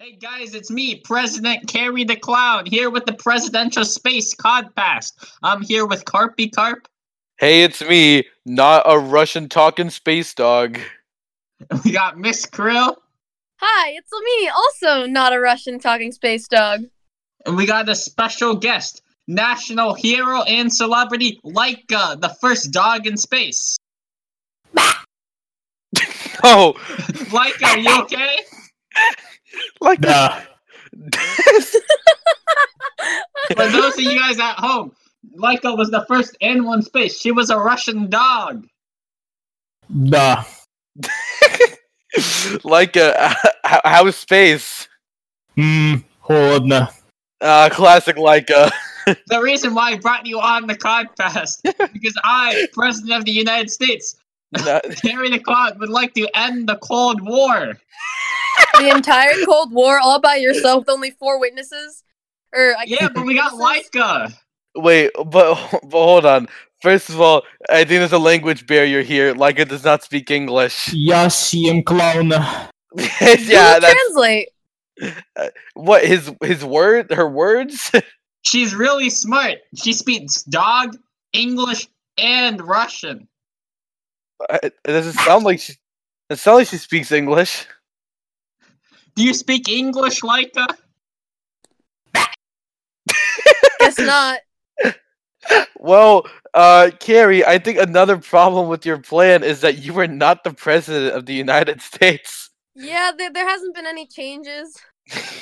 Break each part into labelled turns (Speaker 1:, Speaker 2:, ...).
Speaker 1: Hey guys, it's me, President Carry the Clown, here with the Presidential Space Codcast. I'm here with Carpy Carp.
Speaker 2: Hey, it's me, not a Russian talking space dog.
Speaker 1: We got Miss Krill,
Speaker 3: Hi, it's me, also not a Russian talking space dog.
Speaker 1: and we got a special guest, national hero and celebrity Laika, the first dog in space.
Speaker 2: Oh,
Speaker 1: Laika, are you okay?
Speaker 2: like
Speaker 4: Nah.
Speaker 2: that.
Speaker 1: For those of you guys at home, Laika was the first animal in space. She was a Russian dog.
Speaker 4: Nah.
Speaker 2: like a how, how is space?
Speaker 4: Mmm. Холодно.
Speaker 2: Uh, classic like a.
Speaker 1: The reason why I brought you on the Codcast, because I, President of the United States, Carry the Clown, would like to end the Cold War.
Speaker 3: the entire Cold War all by yourself with only four witnesses. Or I
Speaker 1: Yeah, but we got
Speaker 3: witnesses?
Speaker 1: Leica.
Speaker 2: Wait, but but hold on. First of all, I think there's a language barrier here. Like it does not speak English.
Speaker 4: Я съем клоуна.
Speaker 2: yeah,
Speaker 3: Who
Speaker 2: that's
Speaker 3: translate.
Speaker 2: what his his word, her words. Uh,
Speaker 1: She's really smart. She speaks dog, English, and Russian.
Speaker 2: it doesn't sound like she. It sounds like she speaks English.
Speaker 1: Do you speak English, Leica?
Speaker 3: Guess not.
Speaker 2: Well, uh, Carrie, I think another problem with your plan is that you are not the president of the United States.
Speaker 3: Yeah, there, there hasn't been any changes.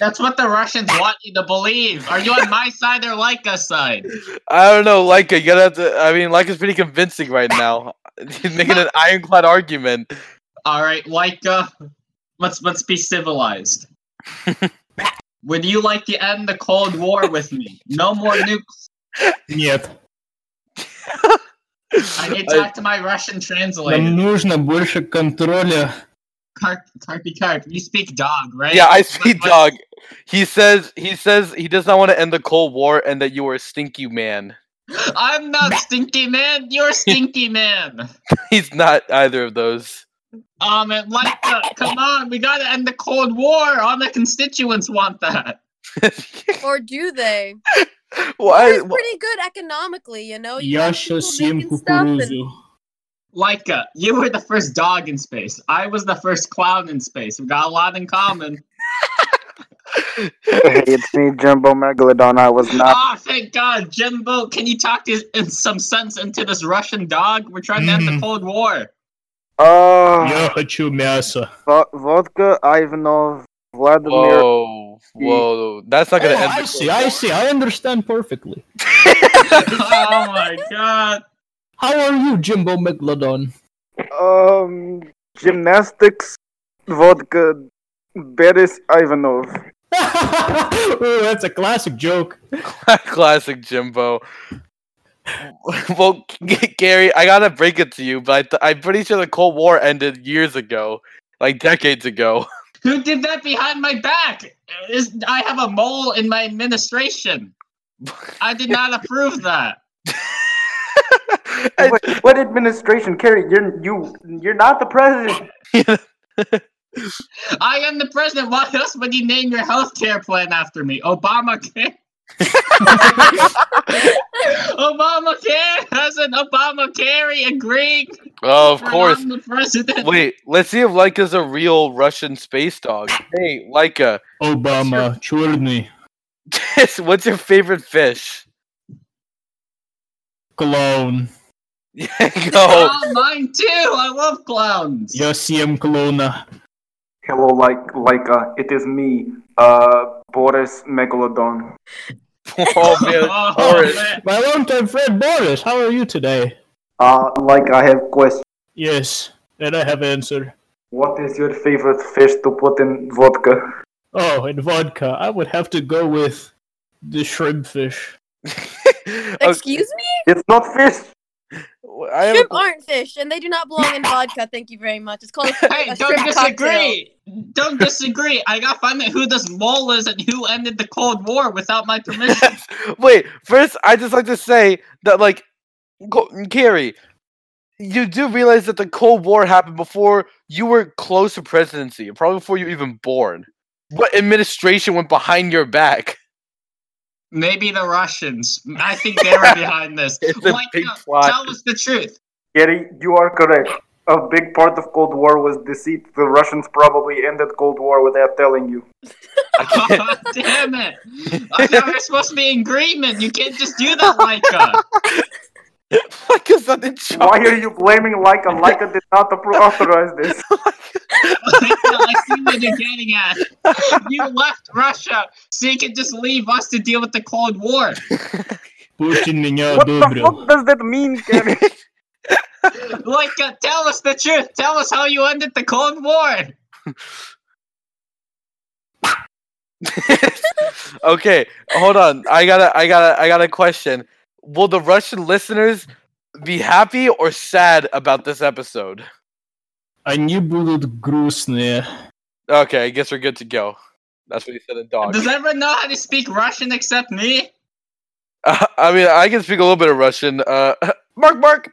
Speaker 1: That's what the Russians want you to believe. Are you on my side or Leica's side?
Speaker 2: I don't know, Leica. You gotta have to. I mean, Leica's pretty convincing right now. He's making an ironclad argument.
Speaker 1: All right, Leica. Let's let's be civilized. Would you like to end the Cold War with me? No more nukes.
Speaker 4: Нет.
Speaker 1: I need to
Speaker 2: I-
Speaker 1: talk to my Russian translator.
Speaker 4: Нам нужно больше контроля.
Speaker 1: Carp, Carpy Carp, you speak dog, right?
Speaker 2: yeah, I
Speaker 1: What-
Speaker 2: see,
Speaker 1: what-
Speaker 2: dog. He says he says he does not want to end the Cold War and that you are a stinky man.
Speaker 1: I'm not Stinky Man. You're Stinky Man.
Speaker 2: He's not either of those.
Speaker 1: Um, and like, uh, come on, we gotta end the Cold War. All the constituents want that.
Speaker 3: Or do they?
Speaker 2: Why?
Speaker 3: It's pretty good economically, you know? You
Speaker 4: Я
Speaker 3: have people
Speaker 4: сейчас съем
Speaker 3: making stuff and-
Speaker 4: кукурузу.
Speaker 1: Leica, uh, you were the first dog in space. I was the first clown in space. We got a lot in common.
Speaker 5: hey, it's me, Jumbo Megalodon. I was not.
Speaker 1: Ah, thank God, Jimbo. Can you talk to, in some sense into this Russian dog? We're trying to end the
Speaker 4: Mhm.
Speaker 1: Cold War.
Speaker 5: Oh,
Speaker 4: Я хочу мясо.
Speaker 5: Vo- Vodka, Ivanov, Vladimir.
Speaker 2: Whoa, whoa! That's not gonna
Speaker 4: Oh,
Speaker 2: end.
Speaker 4: I
Speaker 2: the
Speaker 4: see,
Speaker 2: Cold
Speaker 4: I
Speaker 2: War.
Speaker 4: see. I understand perfectly.
Speaker 1: oh my God.
Speaker 4: How are you, Jimbo Megalodon?
Speaker 5: Um, gymnastics, vodka, Boris Ivanov.
Speaker 4: Ooh, that's a classic joke.
Speaker 2: Classic Jimbo. well, Gary, I gotta break it to you, but I th- I'm pretty sure the Cold War ended years ago, like decades ago.
Speaker 1: Who did that behind my back? Is I have a mole in my administration. I did not approve that.
Speaker 2: And-
Speaker 5: Wait, what administration, Kerry? You're you you're not the president.
Speaker 1: I am the president. Why else would you name your health care plan after me? Obamacare. Obamacare has an Obamacare agreeing.
Speaker 2: oh, of
Speaker 1: that
Speaker 2: course.
Speaker 1: I'm the president.
Speaker 2: Wait, let's see if Leica's a real Russian space dog. Hey, Leica,
Speaker 4: Obama, черный
Speaker 2: what's your favorite fish?
Speaker 4: клоун.
Speaker 2: Yeah,
Speaker 1: Oh.
Speaker 2: go.
Speaker 1: mine too. I love clowns.
Speaker 4: Я съем клоуна.
Speaker 5: Hello, like like uh, it is me, uh, Boris Megalodon.
Speaker 2: Oh, man.
Speaker 1: Oh,
Speaker 2: Boris.
Speaker 1: man.
Speaker 4: My longtime friend Boris, how are you today?
Speaker 5: Uh, like I have question.
Speaker 4: Yes, and I have answered.
Speaker 5: What is your favorite fish to put in vodka?
Speaker 4: Oh, and vodka. I would have to go with the shrimp fish.
Speaker 2: Oh,
Speaker 3: Excuse me?
Speaker 5: It's not fish.
Speaker 2: I have a-
Speaker 3: Shrimp aren't fish, and they do not belong in vodka. Thank you very much. It's called a,
Speaker 1: Hey,
Speaker 3: a
Speaker 1: don't
Speaker 3: shrimp cocktail.
Speaker 1: disagree. Don't disagree. I gotta find out who this mole is and who ended the Cold War without my permission.
Speaker 2: Wait, first, I just like to say that, like, Go- Carrie, you do realize that the Cold War happened before you were close to presidency, probably before you were even born. What administration went behind your back?
Speaker 1: Maybe the Russians. I think they were behind this.
Speaker 2: It's a
Speaker 1: Why
Speaker 2: big
Speaker 1: not?
Speaker 2: plot.
Speaker 1: Tell us the truth.
Speaker 5: Gary, you are correct. A big part of Cold War was deceit. The Russians probably ended Cold War without telling you.
Speaker 1: God damn it! I thought we were supposed to be in agreement. You can't just do that, Leica.
Speaker 2: Like is that in charge?
Speaker 5: Why are you blaming Leica? Leica did not appro- authorize this.
Speaker 1: Leica, I see what you're getting at. You left Russia so you could just leave us to deal with the Cold War.
Speaker 4: Putin меня
Speaker 5: What the
Speaker 4: одобрил.
Speaker 5: fuck does that mean, Gary?
Speaker 1: Leica, tell us the truth. Tell us how you ended the Cold War.
Speaker 2: okay, hold on. I gotta, I gotta, I got to question. Will the Russian listeners be happy or sad about this episode?
Speaker 4: Они будут грустные.
Speaker 2: Okay, I guess we're good to go. That's what he said in dog.
Speaker 1: Does everyone know how to speak Russian except me?
Speaker 2: Uh, I mean, I can speak a little bit of Russian. Uh, Mark, Mark.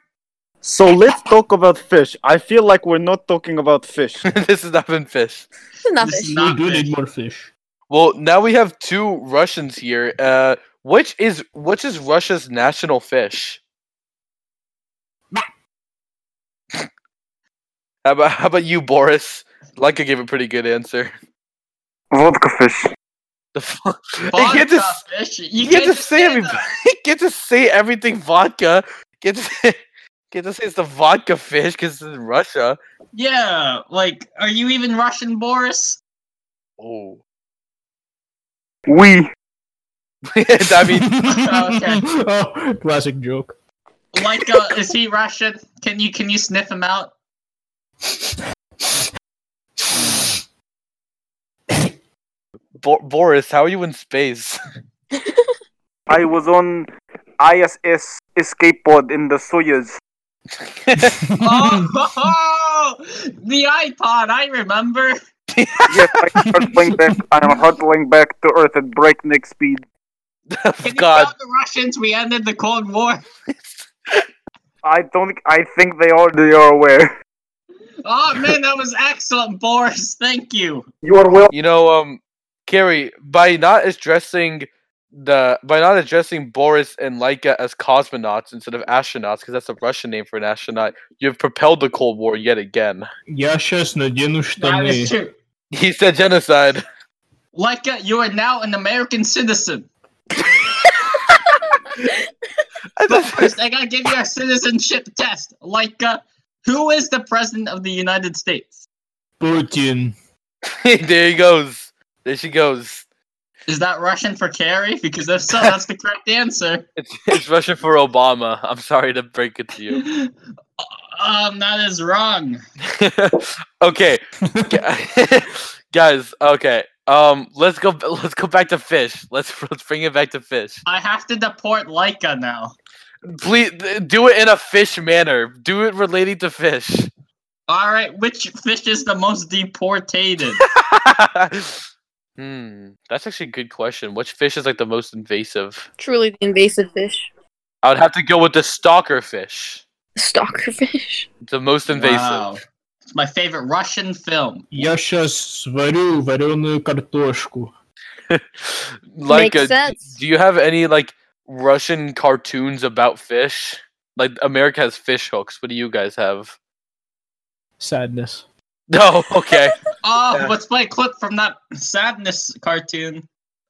Speaker 6: So let's talk about fish. I feel like we're not talking about fish.
Speaker 2: this has not been fish.
Speaker 3: Enough.
Speaker 1: This is
Speaker 4: We
Speaker 1: not
Speaker 4: do
Speaker 1: fish.
Speaker 4: need more fish.
Speaker 2: Well, now we have two Russians here. Uh, which is which is Russia's national fish? how about how about you, Boris? Leica gave a pretty good answer.
Speaker 5: Vodka fish.
Speaker 2: The fu- you
Speaker 1: Vodka
Speaker 2: can't just
Speaker 1: fish. You,
Speaker 2: you
Speaker 1: can't
Speaker 2: can't just say everything.
Speaker 1: that.
Speaker 2: You can't just say everything vodka. You can't just, can't just say it's the vodka fish because it's in Russia.
Speaker 1: Yeah, like, are you even Russian, Boris?
Speaker 2: Oh,
Speaker 5: We.
Speaker 2: I mean,
Speaker 1: Okay.
Speaker 4: oh, classic joke.
Speaker 1: Like, uh, is he Russian? Can you can you sniff him out?
Speaker 2: Bo- Boris, how are you in space?
Speaker 5: I was on ISS escape pod in the Soyuz.
Speaker 1: Oh, the iPod, I remember.
Speaker 5: Yes, I'm hurtling back. I'm hurtling back to Earth at breakneck speed.
Speaker 1: Can you
Speaker 2: Oh, God,
Speaker 1: tell the Russians we ended the Cold War?
Speaker 5: I don't. I think they are. They are aware.
Speaker 1: Oh man, that was excellent, Boris. Thank you.
Speaker 5: You are well.
Speaker 2: you know, um, Carrie, by not addressing the by not addressing Boris and Laika as cosmonauts instead of astronauts, because that's a Russian name for an astronaut, you've propelled the Cold War yet again.
Speaker 4: Я сейчас надену
Speaker 1: That
Speaker 4: штаны.
Speaker 1: is true.
Speaker 2: He said genocide.
Speaker 1: Leica, you are now an American citizen. But first, I gotta give you a citizenship test. Leica, who is the president of the United States?
Speaker 4: Putin.
Speaker 2: there he goes. There she goes.
Speaker 1: Is that Russian for Kerry? Because if so, that's the correct answer.
Speaker 2: It's, it's Russian for Obama. I'm sorry to break it to you.
Speaker 1: Um, that is wrong.
Speaker 2: okay, Gu- guys. Okay. Um, let's go. Let's go back to fish. Let's let's bring it back to fish.
Speaker 1: I have to deport Leica now.
Speaker 2: Please th- do it in a fish manner. Do it relating to fish.
Speaker 1: All right, which fish is the most deportated?
Speaker 2: hmm, that's actually a good question. Which fish is like the most invasive?
Speaker 3: Truly the invasive fish.
Speaker 2: I would have to go with the stalker fish.
Speaker 3: Stalker fish.
Speaker 2: The most invasive.
Speaker 1: Wow. It's my favorite Russian film.
Speaker 4: Я сейчас сварю вареную картошку.
Speaker 2: like,
Speaker 3: Makes
Speaker 2: uh, d-
Speaker 3: sense.
Speaker 2: do you have any like Russian cartoons about fish? Like America has fish hooks. What do you guys have?
Speaker 4: Sadness.
Speaker 2: No. Okay.
Speaker 1: Oh,
Speaker 2: Yeah.
Speaker 1: let's play a clip from that sadness cartoon.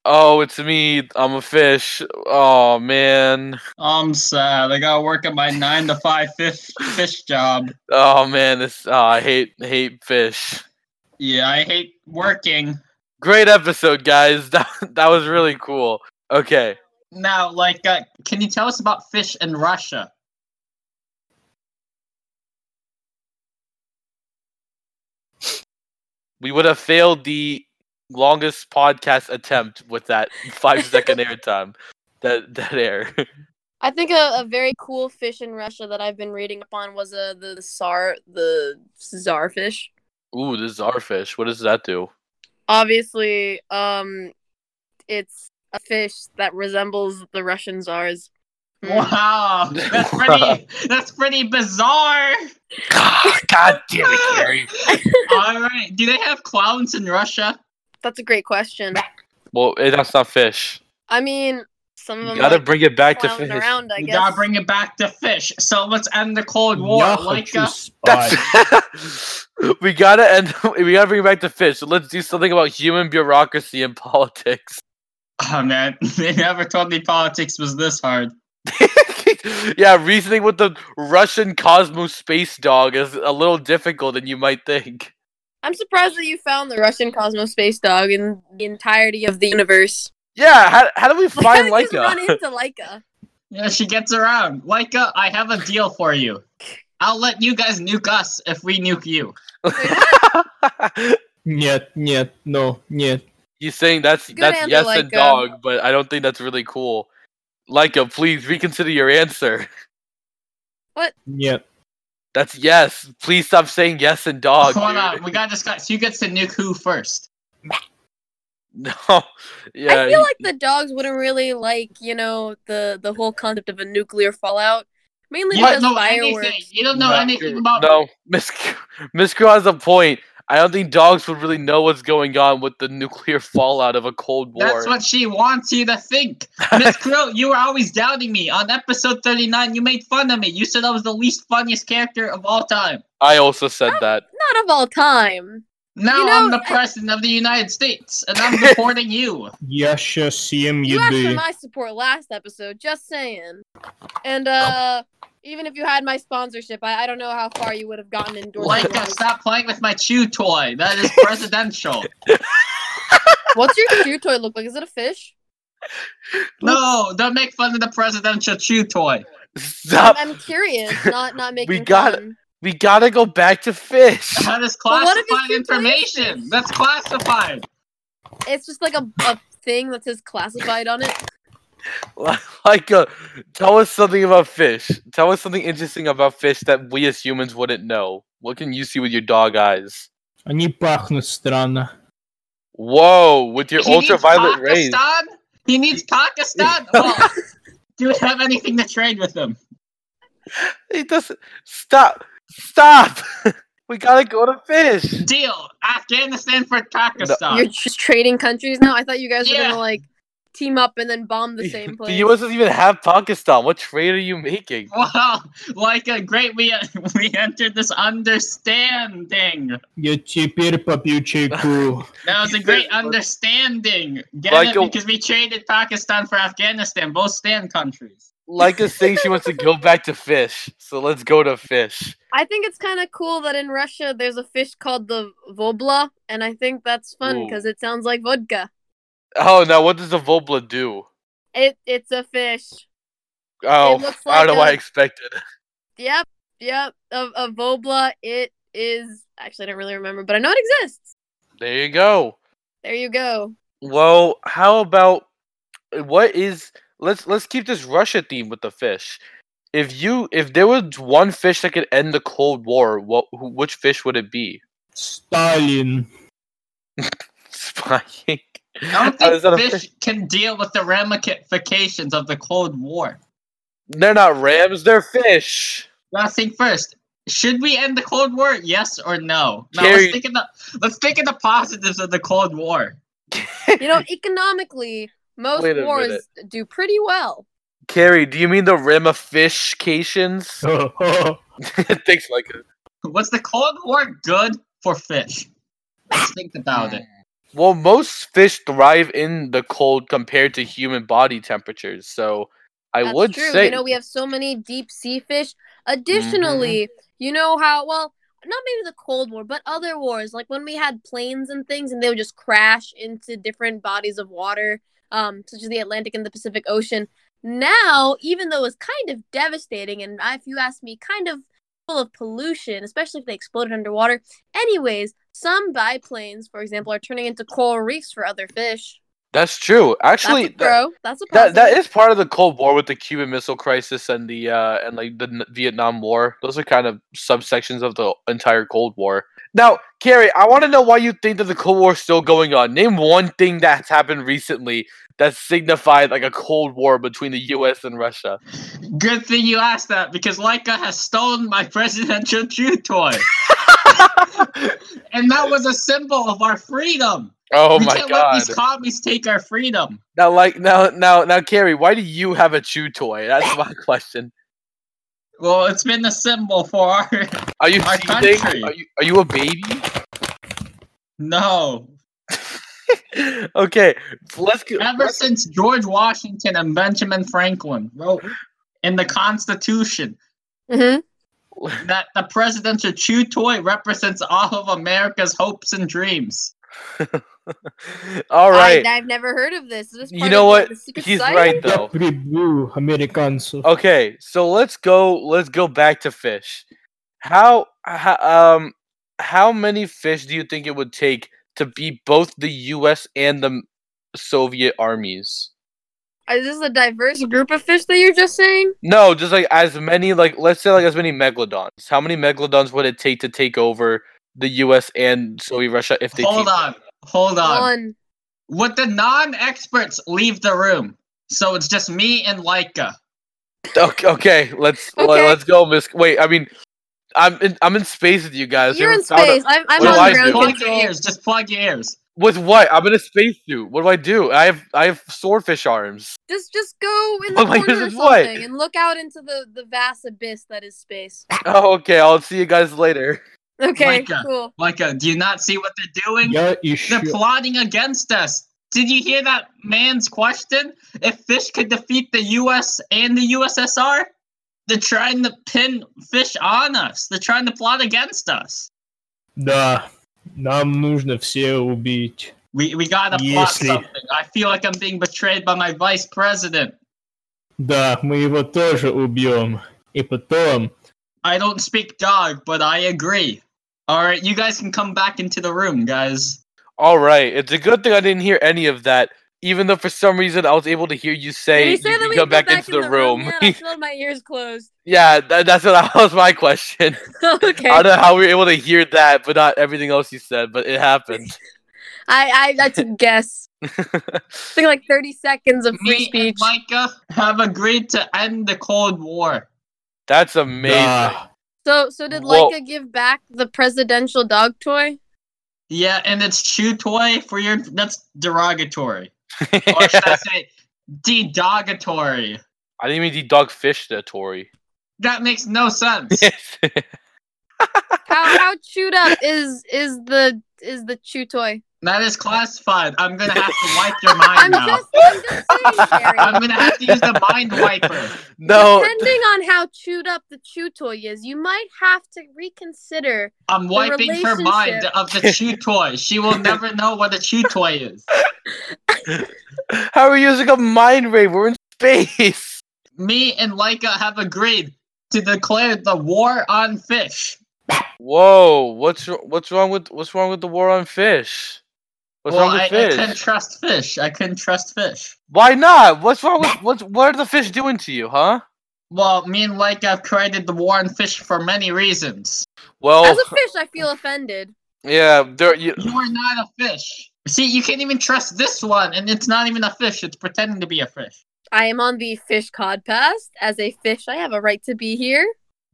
Speaker 2: oh, it's me. I'm a fish. Oh man.
Speaker 1: I'm sad. I gotta work at my nine to five fish fish job.
Speaker 2: Oh man. This. Oh, I hate hate fish.
Speaker 1: Yeah, I hate working.
Speaker 2: Great episode, guys. That that was really cool. Okay.
Speaker 1: Now, like, uh, can you tell us about fish in Russia?
Speaker 2: We would have failed the longest podcast attempt with that five second airtime. That that air.
Speaker 3: I think a, a very cool fish in Russia that I've been reading upon was uh, the sar the czar fish.
Speaker 2: Ooh, this is our fish. What does that do?
Speaker 3: Obviously, um, it's a fish that resembles the Russian czars. Mm.
Speaker 1: Wow, that's pretty. that's pretty bizarre.
Speaker 2: God damn
Speaker 1: All right, do they have clowns in Russia?
Speaker 3: That's a great question.
Speaker 2: Well, eh, that's not fish.
Speaker 3: I mean, some of
Speaker 2: You
Speaker 3: them
Speaker 2: gotta
Speaker 3: like,
Speaker 2: bring it back to
Speaker 3: clown
Speaker 2: fish.
Speaker 3: around. I
Speaker 1: we
Speaker 3: guess.
Speaker 1: gotta bring it back to fish. So let's end the Cold War.
Speaker 4: Yeah,
Speaker 1: like,
Speaker 4: хочу
Speaker 1: uh,
Speaker 4: спать.
Speaker 2: That's we gotta end. We gotta bring it back to fish. So let's do something about human bureaucracy and politics.
Speaker 1: oh man, they never told me politics was this hard.
Speaker 2: yeah, reasoning with the Russian Cosmos space dog is a little difficult than you might think.
Speaker 3: I'm surprised that you found the Russian Cosmos space dog in the entirety of the universe.
Speaker 2: Yeah, how, how do we find
Speaker 3: Why don't we just
Speaker 2: Leica?
Speaker 3: Run into Leica.
Speaker 1: Yeah, she gets around. Leica, I have a deal for you. I'll let you guys nuke us if we nuke you.
Speaker 4: Нет, нет, no, нет.
Speaker 2: He's saying that's
Speaker 3: Good
Speaker 2: that's
Speaker 3: answer,
Speaker 2: yes and
Speaker 3: Leica.
Speaker 2: dog, but I don't think that's really cool. Leica, please reconsider your answer.
Speaker 4: Нет.
Speaker 2: That's yes. Please stop saying yes and dog.
Speaker 1: Hold
Speaker 2: dude.
Speaker 1: on, we gotta discuss who gets to nuke who first.
Speaker 2: No. Yeah.
Speaker 3: I feel like the dogs wouldn't really like, you know, the the whole concept of a nuclear fallout. Mainly
Speaker 1: You don't
Speaker 3: because
Speaker 1: know
Speaker 3: fireworks.
Speaker 1: anything. You don't know
Speaker 4: No,
Speaker 1: anything about
Speaker 2: no, Miss Q- Miss Crew has a point. I don't think dogs would really know what's going on with the nuclear fallout of a Cold War.
Speaker 1: That's what she wants you to think. Miss Krill, you were always doubting me. On episode 39, you made fun of me. You said I was the least funniest character of all time.
Speaker 2: I also said
Speaker 3: Oh.
Speaker 2: that.
Speaker 3: Not of all time.
Speaker 1: Now
Speaker 3: You
Speaker 1: I'm
Speaker 3: know,
Speaker 1: the
Speaker 3: I-
Speaker 1: president of the United States, and I'm deporting you.
Speaker 4: Я щас съем
Speaker 3: You asked for
Speaker 4: еды.
Speaker 3: my support last episode, just saying. And uh even if you had my sponsorship, I, I don't know how far you would have gotten indoors.
Speaker 1: Like, uh, stop playing with my chew toy. That is presidential.
Speaker 3: What's your chew toy look like? Is it a fish?
Speaker 1: no, don't make fun of the presidential chew toy.
Speaker 2: Stop.
Speaker 3: I'm, I'm curious, not not making
Speaker 2: got
Speaker 3: fun.
Speaker 2: We gotta go back to fish.
Speaker 1: That is
Speaker 3: But what if it's
Speaker 1: classified
Speaker 3: chew toy
Speaker 1: information.
Speaker 3: issues?
Speaker 1: That's classified.
Speaker 3: It's just like a, a thing that says classified on it.
Speaker 2: Leica, uh, tell us something about fish. Tell us something interesting about fish that we as humans wouldn't know. What can you see with your dog eyes?
Speaker 4: Они пахнут странно.
Speaker 2: Whoa, with your
Speaker 1: He needs
Speaker 2: ultraviolet rays.
Speaker 1: Pakistan? He needs Pakistan? Well, do you have anything to trade with him?
Speaker 2: It doesn't stop. Stop. we gotta go to fish.
Speaker 1: Deal. Afghanistan for Pakistan.
Speaker 3: You're just trading countries now. I thought you guys were
Speaker 1: Yeah.
Speaker 3: gonna like team up and then bomb the same place.
Speaker 2: The U.S. doesn't even have Pakistan. What trade are you making?
Speaker 1: Wow, like a great we we entered this understanding.
Speaker 4: Я теперь попью чайку.
Speaker 1: That was a great understanding. Get
Speaker 2: Like
Speaker 1: it?
Speaker 2: a-
Speaker 1: Because we traded Pakistan for Afghanistan, both stand countries.
Speaker 2: Leica's saying she wants to go back to fish. So let's go to fish.
Speaker 3: I think it's kind of cool that in Russia there's a fish called the vobla, and I think that's fun
Speaker 2: Ooh.
Speaker 3: because it sounds like vodka.
Speaker 2: Oh, now what does the Vobla do?
Speaker 3: It it's a fish.
Speaker 2: Oh,
Speaker 3: looks
Speaker 2: I don't know
Speaker 3: like
Speaker 2: what I
Speaker 3: a-
Speaker 2: expected.
Speaker 3: Yep, yep. A, a vobla. It is actually I don't really remember, but I know it exists.
Speaker 2: There you go.
Speaker 3: There you go.
Speaker 2: Well, how about what is let's let's keep this Russia theme with the fish. If you if there was one fish that could end the Cold War, what who- which fish would it be?
Speaker 4: Сталин.
Speaker 2: Spying.
Speaker 1: I
Speaker 2: Oh,
Speaker 1: don't
Speaker 2: is that a
Speaker 1: think
Speaker 2: fish?
Speaker 1: fish can deal with the ramifications of the Cold War.
Speaker 2: They're not rams. They're fish.
Speaker 1: Last thing first. Should we end the Cold War? Yes or no? Now
Speaker 2: Carrie-
Speaker 1: let's think of the let's think of the positives of the Cold War.
Speaker 3: You know, economically, most
Speaker 2: Wait a
Speaker 3: wars do pretty well.
Speaker 2: Carrie, do you mean the ramifications? Thanks, like
Speaker 1: Was the Cold War good for fish? Let's think about it.
Speaker 2: well, most fish thrive in the cold compared to human body temperatures. So I
Speaker 3: That's
Speaker 2: would
Speaker 3: true.
Speaker 2: say
Speaker 3: you know we have so many deep sea fish. Additionally,
Speaker 2: Mm-hmm.
Speaker 3: you know how well not maybe the Cold War, but other wars like when we had planes and things, and they would just crash into different bodies of water, um, such as the Atlantic and the Pacific Ocean. Now, even though it's kind of devastating, and if you ask me, kind of full of pollution, especially if they exploded underwater. Anyways, some biplanes, for example, are turning into coral reefs for other fish.
Speaker 2: that's true. Actually,
Speaker 3: That's a
Speaker 2: that-
Speaker 3: pro. That's a
Speaker 2: That that
Speaker 3: positive.
Speaker 2: is part of the Cold War with the Cuban Missile Crisis and the uh, and like the N- Vietnam War. Those are kind of subsections of the entire Cold War. Now, Carrie, I want to know why you think that the Cold War is still going on. Name one thing that's happened recently that signified like a Cold War between the U.S. and Russia.
Speaker 1: Good thing you asked that because Leica has stolen my presidential chew toy. and that was a symbol of our freedom.
Speaker 2: Oh
Speaker 1: we
Speaker 2: my
Speaker 1: can't let
Speaker 2: god.
Speaker 1: these commies take our freedom.
Speaker 2: Now, like now, now, now, Carrie, why do you have a chew toy? That's my question.
Speaker 1: Well, it's been the symbol for our.
Speaker 2: Are you
Speaker 1: Our
Speaker 2: teething?
Speaker 1: country.
Speaker 2: Are you, are you a baby?
Speaker 1: No.
Speaker 2: okay, so let's get.
Speaker 1: Ever since George Washington and Benjamin Franklin wrote in the Constitution
Speaker 3: Mm-hmm.
Speaker 1: that the presidential chew toy represents all of America's hopes and dreams.
Speaker 2: All right.
Speaker 3: I, have never heard of this. Is this
Speaker 2: You
Speaker 3: part
Speaker 2: know
Speaker 3: of
Speaker 2: what?
Speaker 3: The Secret
Speaker 2: He's
Speaker 3: Society?
Speaker 2: right though.
Speaker 4: Pretty blue Americanso.
Speaker 2: Okay, so let's go. Let's go back to fish. How, how um how many fish do you think it would take to beat both the U.S. and the Soviet armies?
Speaker 3: Is this a diverse group of fish that you're just saying?
Speaker 2: No, just like as many like let's say like as many megalodons. How many megalodons would it take to take over the U.S. and Soviet Russia if they?
Speaker 1: Hold
Speaker 2: teamed up?
Speaker 1: on. Hold on.
Speaker 3: One.
Speaker 1: Would the non experts leave the room? So it's just me and Leica.
Speaker 2: Okay, okay, let's let,
Speaker 3: Okay.
Speaker 2: let's go, Miss. Wait, I mean, I'm in, I'm in space with you guys.
Speaker 3: You're in
Speaker 2: Everyone's out of-
Speaker 3: space. I'm, I'm
Speaker 2: What do
Speaker 3: on
Speaker 2: I
Speaker 3: ground
Speaker 2: do?
Speaker 1: Plug your
Speaker 3: control.
Speaker 1: ears. Just plug your ears.
Speaker 2: With what? I'm in a spacesuit. What do I do? I have I have swordfish arms.
Speaker 3: Just just go in the
Speaker 2: Oh my
Speaker 3: corner or
Speaker 2: goodness, what?
Speaker 3: something and look out into the, the vast abyss that is space.
Speaker 2: Oh, okay. I'll see you guys later.
Speaker 3: Okay,
Speaker 1: Micah.
Speaker 3: cool.
Speaker 1: Leica, do you not see what they're doing?
Speaker 4: Yeah, you
Speaker 1: They're
Speaker 4: should.
Speaker 1: plotting against us. Did you hear that man's question? If fish could defeat the US and the USSR, they're trying to pin fish on us. They're trying to plot against us.
Speaker 4: Да. Нам нужно все убить.
Speaker 1: We, we gotta plot
Speaker 4: Если-
Speaker 1: something. I feel like I'm being betrayed by my vice president.
Speaker 4: Да, мы его тоже убьем. И потом...
Speaker 1: I don't speak dog, but I agree. All right, you guys can come back into the room, guys.
Speaker 2: All right. It's a good thing I didn't hear any of that. Even though for some reason I was able to hear you say you,
Speaker 3: Did he say that
Speaker 2: can
Speaker 3: we
Speaker 2: come
Speaker 3: can
Speaker 2: back, into
Speaker 3: in
Speaker 2: the room.
Speaker 3: Yeah, I
Speaker 2: Yeah,
Speaker 3: still had my ears closed.
Speaker 2: that, that's what that was my question.
Speaker 3: okay.
Speaker 2: I don't know how we were able to hear that, but not everything else you said. But it happened.
Speaker 3: I, I that's a guess. I think like 30 seconds of free
Speaker 1: Me and
Speaker 3: speech.
Speaker 1: Micah have agreed to end the Cold War.
Speaker 2: that's amazing.
Speaker 4: Да.
Speaker 3: So so did
Speaker 2: Whoa.
Speaker 3: Leica give back the presidential dog toy?
Speaker 1: Yeah, and it's chew toy for your. That's derogatory. Or should I
Speaker 2: I
Speaker 1: say, dedogatory?
Speaker 2: didn't mean to dog fish there, Tori.
Speaker 1: That makes no sense.
Speaker 3: How how chewed up is is the is the chew toy?
Speaker 1: that is classified. I'm gonna have to wipe your mind
Speaker 3: I'm
Speaker 1: now.
Speaker 3: just I'm just saying, Gary.
Speaker 1: I'm gonna have to use the mind wiper.
Speaker 2: no.
Speaker 3: Depending on how chewed up the chew toy is, you might have to reconsider.
Speaker 1: I'm wiping her mind
Speaker 3: relationship-
Speaker 1: of the chew toy. She will never know what a chew toy is.
Speaker 2: How are we using a mind ray? We're in space.
Speaker 1: Me and Leica have agreed to declare the war on fish.
Speaker 2: Whoa, what's wr- what's wrong with what's wrong with the war on fish? What's
Speaker 1: well,
Speaker 2: wrong with
Speaker 1: I, I
Speaker 2: fish?
Speaker 1: couldn't trust fish. I couldn't trust fish.
Speaker 2: Why not? What's wrong with what's what are the fish doing to you, huh?
Speaker 1: Well, me and Leica have created the war on fish for many reasons.
Speaker 2: Well,
Speaker 3: As
Speaker 1: Oh.
Speaker 3: a fish, I feel offended.
Speaker 2: yeah, there you
Speaker 1: You are not a fish. See, you can't even trust this one, and it's not even a fish. It's pretending to be a fish.
Speaker 3: I am on the fish cod pass. As a fish, I have a right to be here.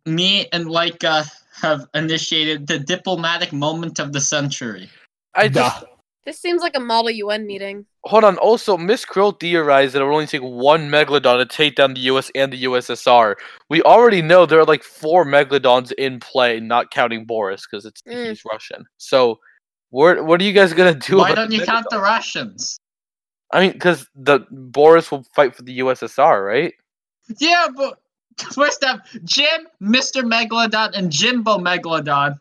Speaker 1: Me and Leica have initiated the diplomatic moment of the century.
Speaker 2: I just
Speaker 4: Да.
Speaker 3: This seems like a model UN meeting.
Speaker 2: hold on. Also, Miss Krill theorized that it would only take one megalodon to take down the U.S. and the USSR. We already know there are like four megalodons in play, not counting Boris because it's
Speaker 3: Mm.
Speaker 2: he's Russian. So, what what are you guys gonna do?
Speaker 1: Why
Speaker 2: about
Speaker 1: don't
Speaker 2: the
Speaker 1: you count the
Speaker 2: megalodon?
Speaker 1: Russians?
Speaker 2: I mean, because the Boris will fight for the USSR, right?
Speaker 1: Yeah, but first up, Jim, Mr. Megalodon, and Jimbo Megalodon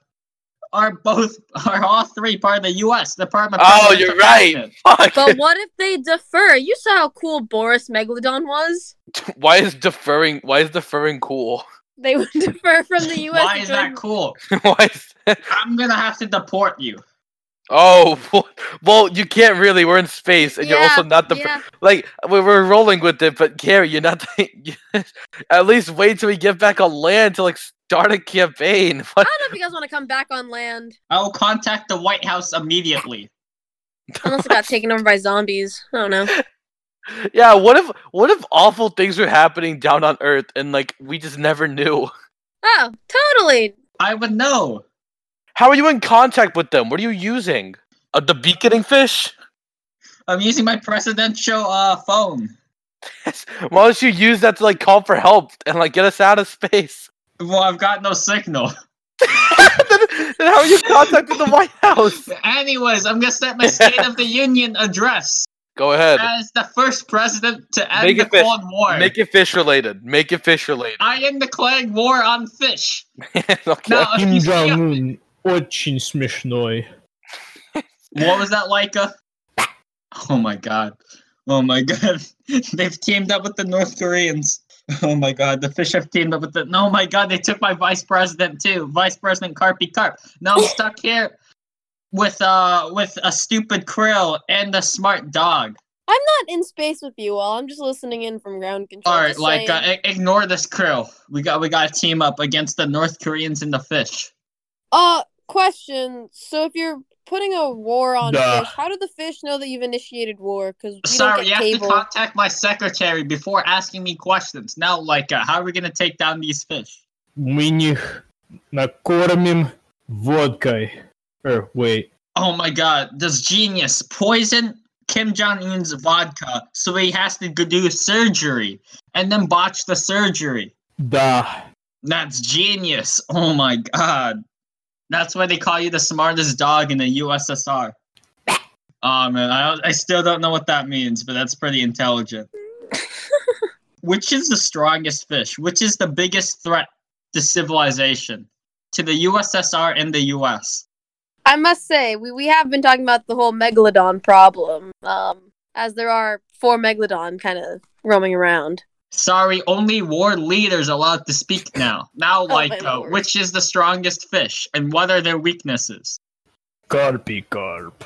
Speaker 1: are both are all three part of the U.S. Department. of
Speaker 2: Oh,
Speaker 1: Presidential
Speaker 2: you're right.
Speaker 1: Affairs.
Speaker 2: Fuck.
Speaker 3: But what if they defer? You saw how cool Boris Megalodon was.
Speaker 2: why is deferring? Why is deferring cool?
Speaker 3: They would defer from the U.S.
Speaker 1: Why
Speaker 3: and
Speaker 1: is
Speaker 3: join-
Speaker 1: that cool?
Speaker 2: why? Is,
Speaker 1: I'm gonna have to deport you.
Speaker 2: oh, wh- well, you can't really. We're in space, and you're also not the
Speaker 3: yeah.
Speaker 2: like we we're rolling with it. But Gary, you're not. The, at least wait till we get back on land to like start a campaign.
Speaker 3: I
Speaker 2: What?
Speaker 3: don't know if you guys want to come back on land
Speaker 1: I will contact the White House immediately.
Speaker 3: unless it got taken over by zombies. I don't know.
Speaker 2: Yeah. What if? What if awful things were happening down on Earth, and like we just never knew?
Speaker 3: Oh, totally.
Speaker 1: I would know.
Speaker 2: How are you in contact with them? What are you using? Uh, the beak eating fish?
Speaker 1: I'm using my presidential uh phone.
Speaker 2: Why don't you use that to like call for help and like get us out of space?
Speaker 1: Well, I've got no signal.
Speaker 2: then, then how are you contacting the White House?
Speaker 1: Anyways, I'm gonna set my State of the Union address
Speaker 2: Go ahead.
Speaker 1: as the first president to end
Speaker 2: Make
Speaker 1: the
Speaker 2: it fish.
Speaker 1: Cold War.
Speaker 2: Make it fish related. Make it fish related.
Speaker 1: I am declaring war on fish.
Speaker 2: okay.
Speaker 1: No, if
Speaker 4: Kim
Speaker 1: you see a-
Speaker 4: Jong Un, очень смешной.
Speaker 1: What was that like? A... Oh my god. Oh my god. They've teamed up with the North Koreans. Oh my god. The fish have teamed up with the. No, my god. They took my vice president too. Vice President Carpy Carp. Now I'm stuck here with uh with a stupid krill and a smart dog.
Speaker 3: I'm not in space with you all. I'm just listening in from ground control.
Speaker 1: All right,
Speaker 3: just
Speaker 1: like uh,
Speaker 3: saying.
Speaker 1: i- ignore this krill. We got we got to team up against the North Koreans and the fish.
Speaker 3: Uh, question. So if you're putting a war on
Speaker 4: Duh.
Speaker 3: fish, how do the fish know that you've initiated war? Because we
Speaker 1: Sorry,
Speaker 3: don't
Speaker 1: you
Speaker 3: get
Speaker 1: have to
Speaker 3: cable.
Speaker 1: contact my secretary before asking me questions. Now, like, uh, how are we gonna take down these fish?
Speaker 4: Мы них накормим водкой. Or wait,
Speaker 1: Oh my god, this genius poison Kim Jong Un's vodka, so he has to go do surgery and then botch the surgery.
Speaker 4: да.
Speaker 1: That's genius. Oh my god. That's why they call you the smartest dog in the USSR. Oh man, I, I still don't know what that means, but that's pretty intelligent. Which is the strongest fish? Which is the biggest threat to civilization? To the USSR and the US?
Speaker 3: I must say, we, we have been talking about the whole megalodon problem. Um, as there are four megalodon kind of roaming around.
Speaker 1: Sorry, only war leaders allowed to speak now. Now,
Speaker 3: my
Speaker 1: like, uh,
Speaker 3: lord.
Speaker 1: which is the strongest fish and what are their weaknesses?
Speaker 4: Карпи карп.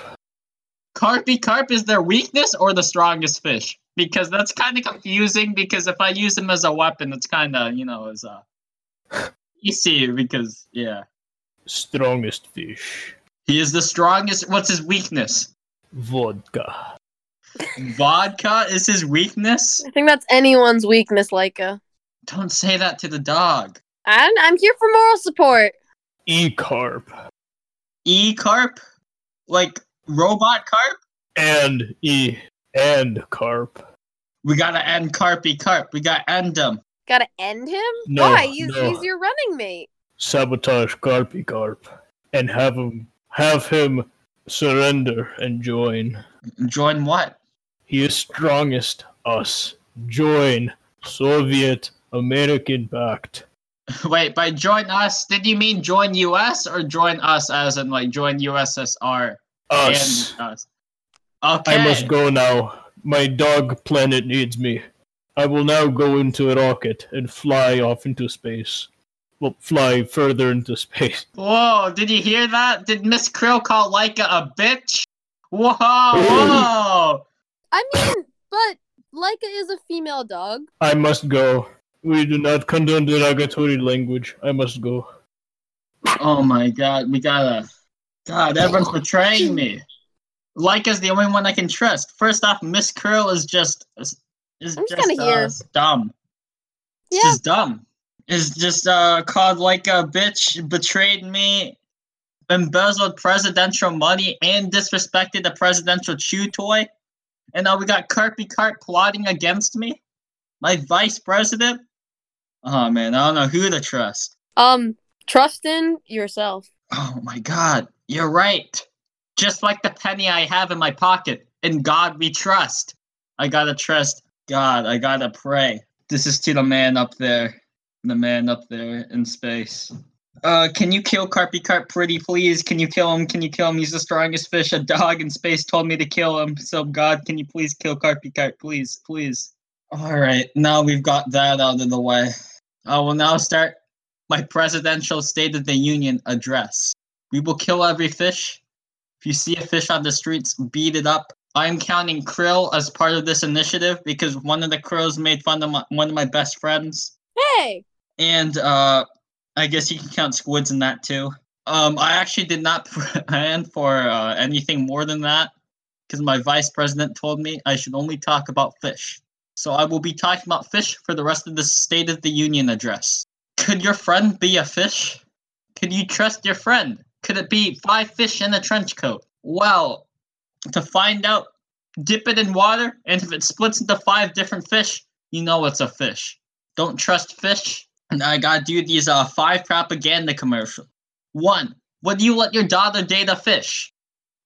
Speaker 1: Carpy carp is their weakness or the strongest fish? Because that's kind of confusing. Because if I use them as a weapon, it's kind of you know as a you see because yeah,
Speaker 4: Strongest fish.
Speaker 1: he is the strongest. What's his weakness?
Speaker 4: Водка.
Speaker 1: Vodka is his weakness.
Speaker 3: I think that's anyone's weakness, Leica.
Speaker 1: Don't say that to the dog.
Speaker 3: And I'm here for moral support.
Speaker 4: И карп.
Speaker 1: E carp, like robot carp.
Speaker 4: And и and carp.
Speaker 1: We gotta end Carpy Carp. We gotta end him.
Speaker 3: Gotta end him?
Speaker 4: No,
Speaker 3: Why? He's,
Speaker 4: no.
Speaker 3: he's your running mate.
Speaker 4: Sabotage Carpy carp. And have him have him surrender and join.
Speaker 1: Join what?
Speaker 4: He is strongest us. Join Soviet American Pact.
Speaker 1: Wait, by join us, did you mean join US or join us as in like join USSR
Speaker 4: Us.
Speaker 1: and us? Okay.
Speaker 4: I must go now. My dog planet needs me. I will now go into a rocket and fly off into space. Well, fly further into space.
Speaker 1: Whoa, did you hear that? Did Miss Krill call Leica a bitch? Whoa, whoa.
Speaker 3: I mean, but Leica is a female dog.
Speaker 4: I must go. We do not condone derogatory language. I must go.
Speaker 1: Oh my god, we gotta. God, everyone's betraying me. Leica's the only one I can trust. First off, Miss Krill is just. is is
Speaker 3: I'm just
Speaker 1: just,
Speaker 3: kinda here.
Speaker 1: uh, dumb. It's
Speaker 3: Yeah.
Speaker 1: just dumb. It's just uh, called like a bitch, betrayed me, embezzled presidential money, and disrespected the presidential chew toy. And now we got Carpy Carp plotting against me. My vice president. Oh man, I don't know who to trust.
Speaker 3: Um, trust in yourself.
Speaker 1: Oh my god, you're right. Just like the penny I have in my pocket. In God we trust. I gotta trust God. I gotta pray. This is to the man up there. The man up there in space. Uh, can you kill Carpy Carp pretty please? Can you kill him? Can you kill him? He's the strongest fish. A dog in space told me to kill him. So God, can you please kill Carpy Carp? Please, please. Alright, now we've got that out of the way. I will now start my presidential State of the Union address. We will kill every fish. If you see a fish on the streets, beat it up. I'm counting krill as part of this initiative because one of the krills made fun of my, one of my best friends,
Speaker 3: Hey,
Speaker 1: and uh, I guess you can count squids in that too. Um, I actually did not plan for uh, anything more than that because my vice president told me I should only talk about fish. So I will be talking about fish for the rest of the State of the Union address. Could your friend be a fish? Could you trust your friend? Could it be five fish in a trench coat? Well, to find out, dip it in water, and if it splits into five different fish, you know it's a fish. Don't trust fish. And I gotta do these uh five propaganda commercials. One, would you let your daughter date a fish?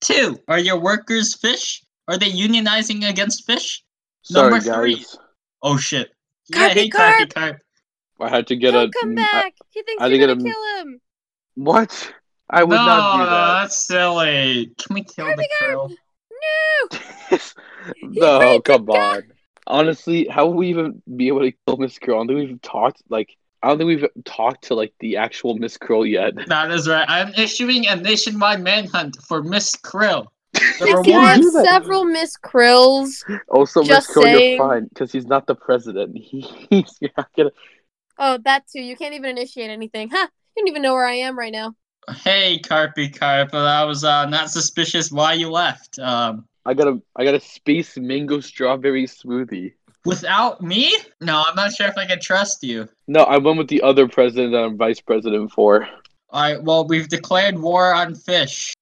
Speaker 1: Two, are your workers fish? Are they unionizing against fish?
Speaker 7: Sorry,
Speaker 1: Number three.
Speaker 7: guys.
Speaker 1: Oh shit. Yeah, I
Speaker 3: Carpy
Speaker 1: hate
Speaker 3: carp.
Speaker 1: Carpy Carp.
Speaker 7: I had to get
Speaker 3: Don't
Speaker 7: a.
Speaker 3: come
Speaker 7: I-
Speaker 3: back. he thinks
Speaker 7: I
Speaker 3: you're
Speaker 7: think
Speaker 3: gonna
Speaker 7: it-
Speaker 3: kill him.
Speaker 7: what? I would
Speaker 1: no,
Speaker 7: not do that.
Speaker 1: that's silly. Can we kill the
Speaker 3: Carpy carp.
Speaker 1: crow?
Speaker 3: No.
Speaker 7: no,
Speaker 3: afraid to
Speaker 7: come
Speaker 3: go.
Speaker 7: on. Honestly, how will we even be able to kill Miss Curl? I don't think we've talked like I don't think we've talked to like the actual Miss Curl yet.
Speaker 1: That is right. I'm issuing a nationwide manhunt for Miss Krill. The
Speaker 3: If you
Speaker 7: would
Speaker 1: reward-
Speaker 3: have
Speaker 7: do that?
Speaker 3: several Miss Krills.
Speaker 7: Also,
Speaker 3: Just
Speaker 7: Miss Curl,
Speaker 3: saying.
Speaker 7: you're fine because he's not the president. He's you're not gonna.
Speaker 3: Oh, that too. You can't even initiate anything. Huh. You don't even know where I am right now.
Speaker 1: Hey, Carpy Carp. I was uh, not suspicious why you left. Um,
Speaker 7: I got a I got a space mango strawberry smoothie.
Speaker 1: without me? No, I'm not sure if I can trust you.
Speaker 7: No, I went with the other president that I'm vice president for.
Speaker 1: All right. Well, we've declared war on fish.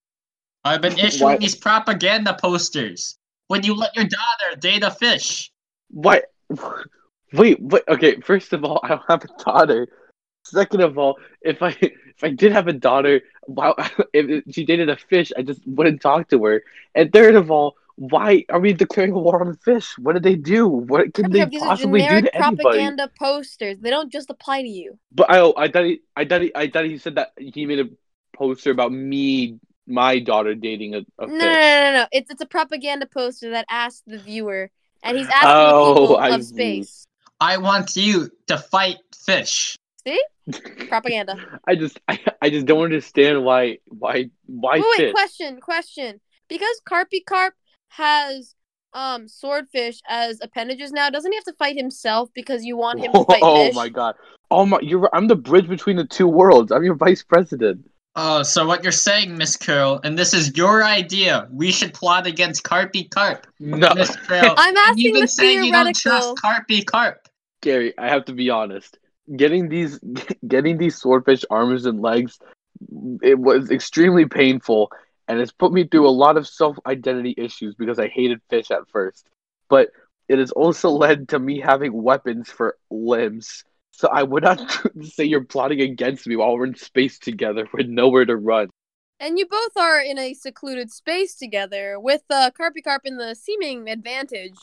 Speaker 1: I've been issuing
Speaker 7: Why-
Speaker 1: these propaganda posters. Would you let your daughter date a fish?
Speaker 7: What? Oh Wait, what? Okay, first of all, I don't have a daughter. Second of all, if I if I did have a daughter, wow, if she dated a fish, I just wouldn't talk to her. And third of all, why are we declaring war on fish? What did they do? What can
Speaker 3: Carpy
Speaker 7: they
Speaker 3: carp, these are
Speaker 7: possibly do
Speaker 3: generic
Speaker 7: to anybody?
Speaker 3: propaganda posters. They don't just apply to you.
Speaker 7: But I, I thought he, I thought he, I thought he said that he made a poster about me, my daughter dating a,
Speaker 3: No, no,
Speaker 7: a fish.
Speaker 3: no, no, no. It's it's a propaganda poster that asks the viewer, and he's asking
Speaker 7: Oh,
Speaker 3: the people
Speaker 7: I
Speaker 3: of
Speaker 7: see.
Speaker 3: space.
Speaker 1: I want you to fight fish.
Speaker 3: See? Propaganda.
Speaker 7: I just, I, I just don't understand why, why, why
Speaker 3: wait, wait,
Speaker 7: fish?
Speaker 3: question, question. Because Carpy Carp has um swordfish as appendages now, doesn't he have to fight himself because you want him to fight
Speaker 7: oh
Speaker 3: fish?
Speaker 7: my god! Oh my, you're. I'm the bridge between the two worlds. I'm your vice president.
Speaker 1: Oh, so what you're saying, Miss Curl, and this is your idea. We should plot against Carpy Carp,
Speaker 7: No,
Speaker 1: Miss Curl.
Speaker 3: I'm asking
Speaker 1: You've
Speaker 3: the
Speaker 1: been saying you don't trust
Speaker 3: theoretical.
Speaker 1: Carpy Carp.
Speaker 7: Gary, I have to be honest. Getting these, getting these swordfish arms and legs, it was extremely painful, and it's put me through a lot of self-identity issues because I hated fish at first. But it has also led to me having weapons for limbs. So I would not say you're plotting against me while we're in space together with nowhere to run.
Speaker 3: And you both are in a secluded space together with uh, Carpy Carp in the seeming advantage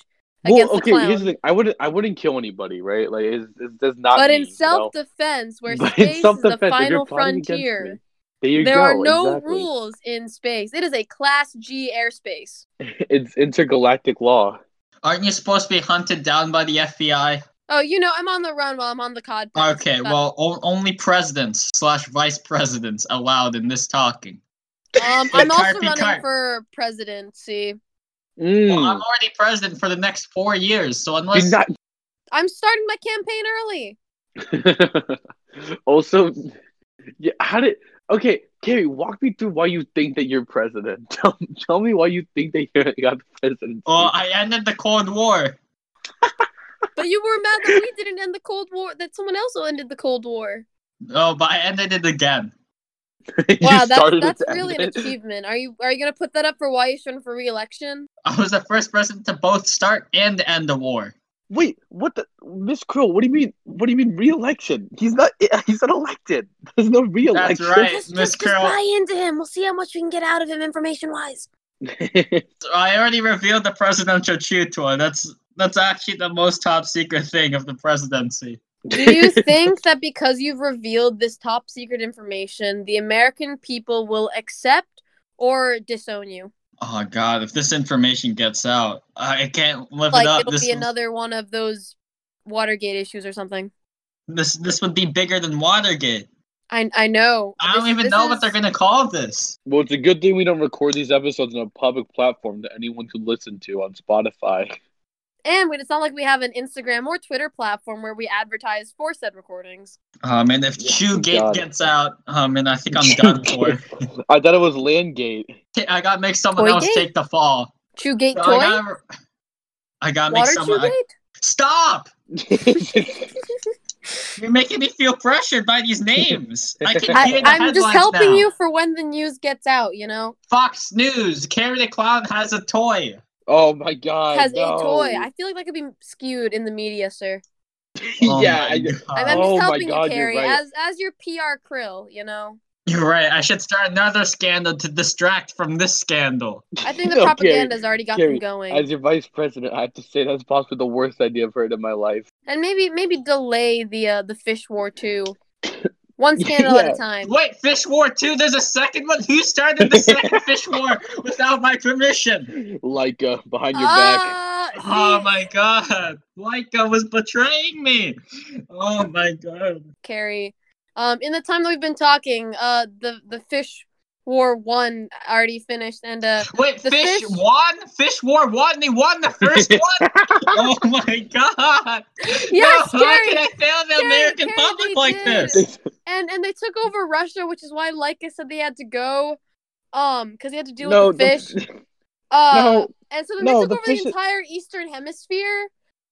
Speaker 3: against the clown.
Speaker 7: here's the thing. I wouldn't, I wouldn't kill anybody, right? Like, it's, it's, that's not.
Speaker 3: but
Speaker 7: me,
Speaker 3: in
Speaker 7: you know?
Speaker 3: self defense, where
Speaker 7: But in
Speaker 3: space is the
Speaker 7: self-defense, if you're
Speaker 3: final
Speaker 7: plotting against
Speaker 3: frontier,
Speaker 7: me, there you
Speaker 3: there
Speaker 7: go.
Speaker 3: are no
Speaker 7: exactly.
Speaker 3: rules in space. It is a Class G airspace.
Speaker 7: It's intergalactic law.
Speaker 1: Aren't you supposed to be hunted down by the FBI?
Speaker 3: Oh, you know, I'm on the run while I'm on the cod. path.
Speaker 1: Okay,
Speaker 3: But-
Speaker 1: well, o- only presidents slash vice presidents allowed in this talking.
Speaker 3: Um, I'm also
Speaker 1: Carpy
Speaker 3: running
Speaker 1: Carp.
Speaker 3: for presidency.
Speaker 7: Mm.
Speaker 1: Well, I'm already president for the next four years, so
Speaker 7: Do
Speaker 1: unless
Speaker 7: not.
Speaker 3: I'm starting my campaign early.
Speaker 7: also, yeah, how did? Okay, Gary, walk me through why you think that you're president. Tell, tell me why you think that you're you got the presidency.
Speaker 1: oh, I ended the Cold War.
Speaker 3: But you were mad that we didn't end the Cold War, that someone else ended the Cold War.
Speaker 1: Oh, but I ended it again.
Speaker 7: You
Speaker 3: Wow,
Speaker 7: started
Speaker 3: that's
Speaker 7: it
Speaker 3: that's
Speaker 7: to
Speaker 3: really an
Speaker 7: end it.
Speaker 3: achievement. Are you are you gonna put that up for why you should run for re-election?
Speaker 1: I was the first president to both start and end the war.
Speaker 7: Wait, what the Miss Krill? What do you mean? What do you mean re-election? He's not. eh, He's not elected. There's no
Speaker 1: That's
Speaker 7: re-election.
Speaker 1: right, Miss Curl.
Speaker 3: into him. We'll see how much we can get out of him information wise.
Speaker 1: I already revealed the presidential chew tour. That's that's actually the most top secret thing of the presidency.
Speaker 3: Do you think that because you've revealed this top secret information, the American people will accept or disown you?
Speaker 1: Oh God! If this information gets out, I can't live it
Speaker 3: Like
Speaker 1: up.
Speaker 3: it'll
Speaker 1: This,
Speaker 3: be another one of those Watergate issues or something.
Speaker 1: this this would be bigger than Watergate.
Speaker 3: I I know.
Speaker 1: I don't
Speaker 3: This-
Speaker 1: even
Speaker 3: this
Speaker 1: know what
Speaker 3: is-
Speaker 1: they're gonna call this.
Speaker 7: Well, it's a good thing we don't record these episodes on a public platform that anyone could listen to on Spotify.
Speaker 3: And wait, it's not like we have an Instagram or Twitter platform where we advertise for said recordings.
Speaker 1: Um, and if
Speaker 7: Yeah,
Speaker 1: Chewgate
Speaker 7: God.
Speaker 1: gets out, um, and I think I'm done for.
Speaker 7: I thought it was Landgate.
Speaker 1: I gotta make someone else
Speaker 3: Toygate?
Speaker 1: take the fall.
Speaker 3: Chew Gate
Speaker 1: So I
Speaker 3: Toy?
Speaker 1: gotta, I gotta make uh,
Speaker 3: Water
Speaker 1: someone. I,
Speaker 3: Chew Gate?
Speaker 1: Stop! You're making me feel pressured by these names. I can hear
Speaker 3: I,
Speaker 1: the
Speaker 3: I'm just
Speaker 1: headlines
Speaker 3: helping
Speaker 1: now.
Speaker 3: you for when the news gets out, you know?
Speaker 1: Fox News. Carrie the Clown has a toy.
Speaker 7: oh my god.
Speaker 3: Has
Speaker 7: no.
Speaker 3: a toy. I feel like that could be skewed in the media, sir.
Speaker 1: Oh
Speaker 7: yeah.
Speaker 1: my
Speaker 7: I-
Speaker 1: God.
Speaker 3: I'm, I'm
Speaker 7: Oh
Speaker 3: just
Speaker 7: my
Speaker 3: helping
Speaker 7: God,
Speaker 3: you,
Speaker 7: you're
Speaker 3: Carrie,
Speaker 7: right.
Speaker 3: as as your PR krill, you know?
Speaker 1: You're right. I should start another scandal to distract from this scandal.
Speaker 3: I think the
Speaker 7: No, Carrie,
Speaker 3: propaganda's already got
Speaker 7: Carrie,
Speaker 3: them going.
Speaker 7: As your vice president, I have to say that's possibly the worst idea I've heard in my life.
Speaker 3: and maybe maybe delay the uh, the fish war too. One scandal at
Speaker 7: Yeah.
Speaker 3: a time.
Speaker 1: Wait, Fish War 2? There's a second one? Who started the second Fish War without my permission?
Speaker 7: Like uh, behind your back.
Speaker 3: Ah, see,
Speaker 1: Oh my god. Leica was betraying me. Oh my god.
Speaker 3: Carrie. Um, in the time that we've been talking, uh, the the fish war one already finished, and uh,
Speaker 1: Wait,
Speaker 3: The
Speaker 1: Fish,
Speaker 3: fish-
Speaker 1: won? Fish War won? They won the first one? oh my god.
Speaker 3: Yes,
Speaker 1: no, How
Speaker 3: Carrie.
Speaker 1: can I fail the
Speaker 3: Carrie,
Speaker 1: American
Speaker 3: Carrie, they
Speaker 1: public like
Speaker 3: did.
Speaker 1: this?
Speaker 3: and and they took over Russia, which is why Leica said they had to go, um, because they had to deal
Speaker 7: no,
Speaker 3: with the fish. uh,
Speaker 7: no,
Speaker 3: and so then
Speaker 7: no,
Speaker 3: they took
Speaker 7: the
Speaker 3: over
Speaker 7: fish-
Speaker 3: the entire Eastern Hemisphere.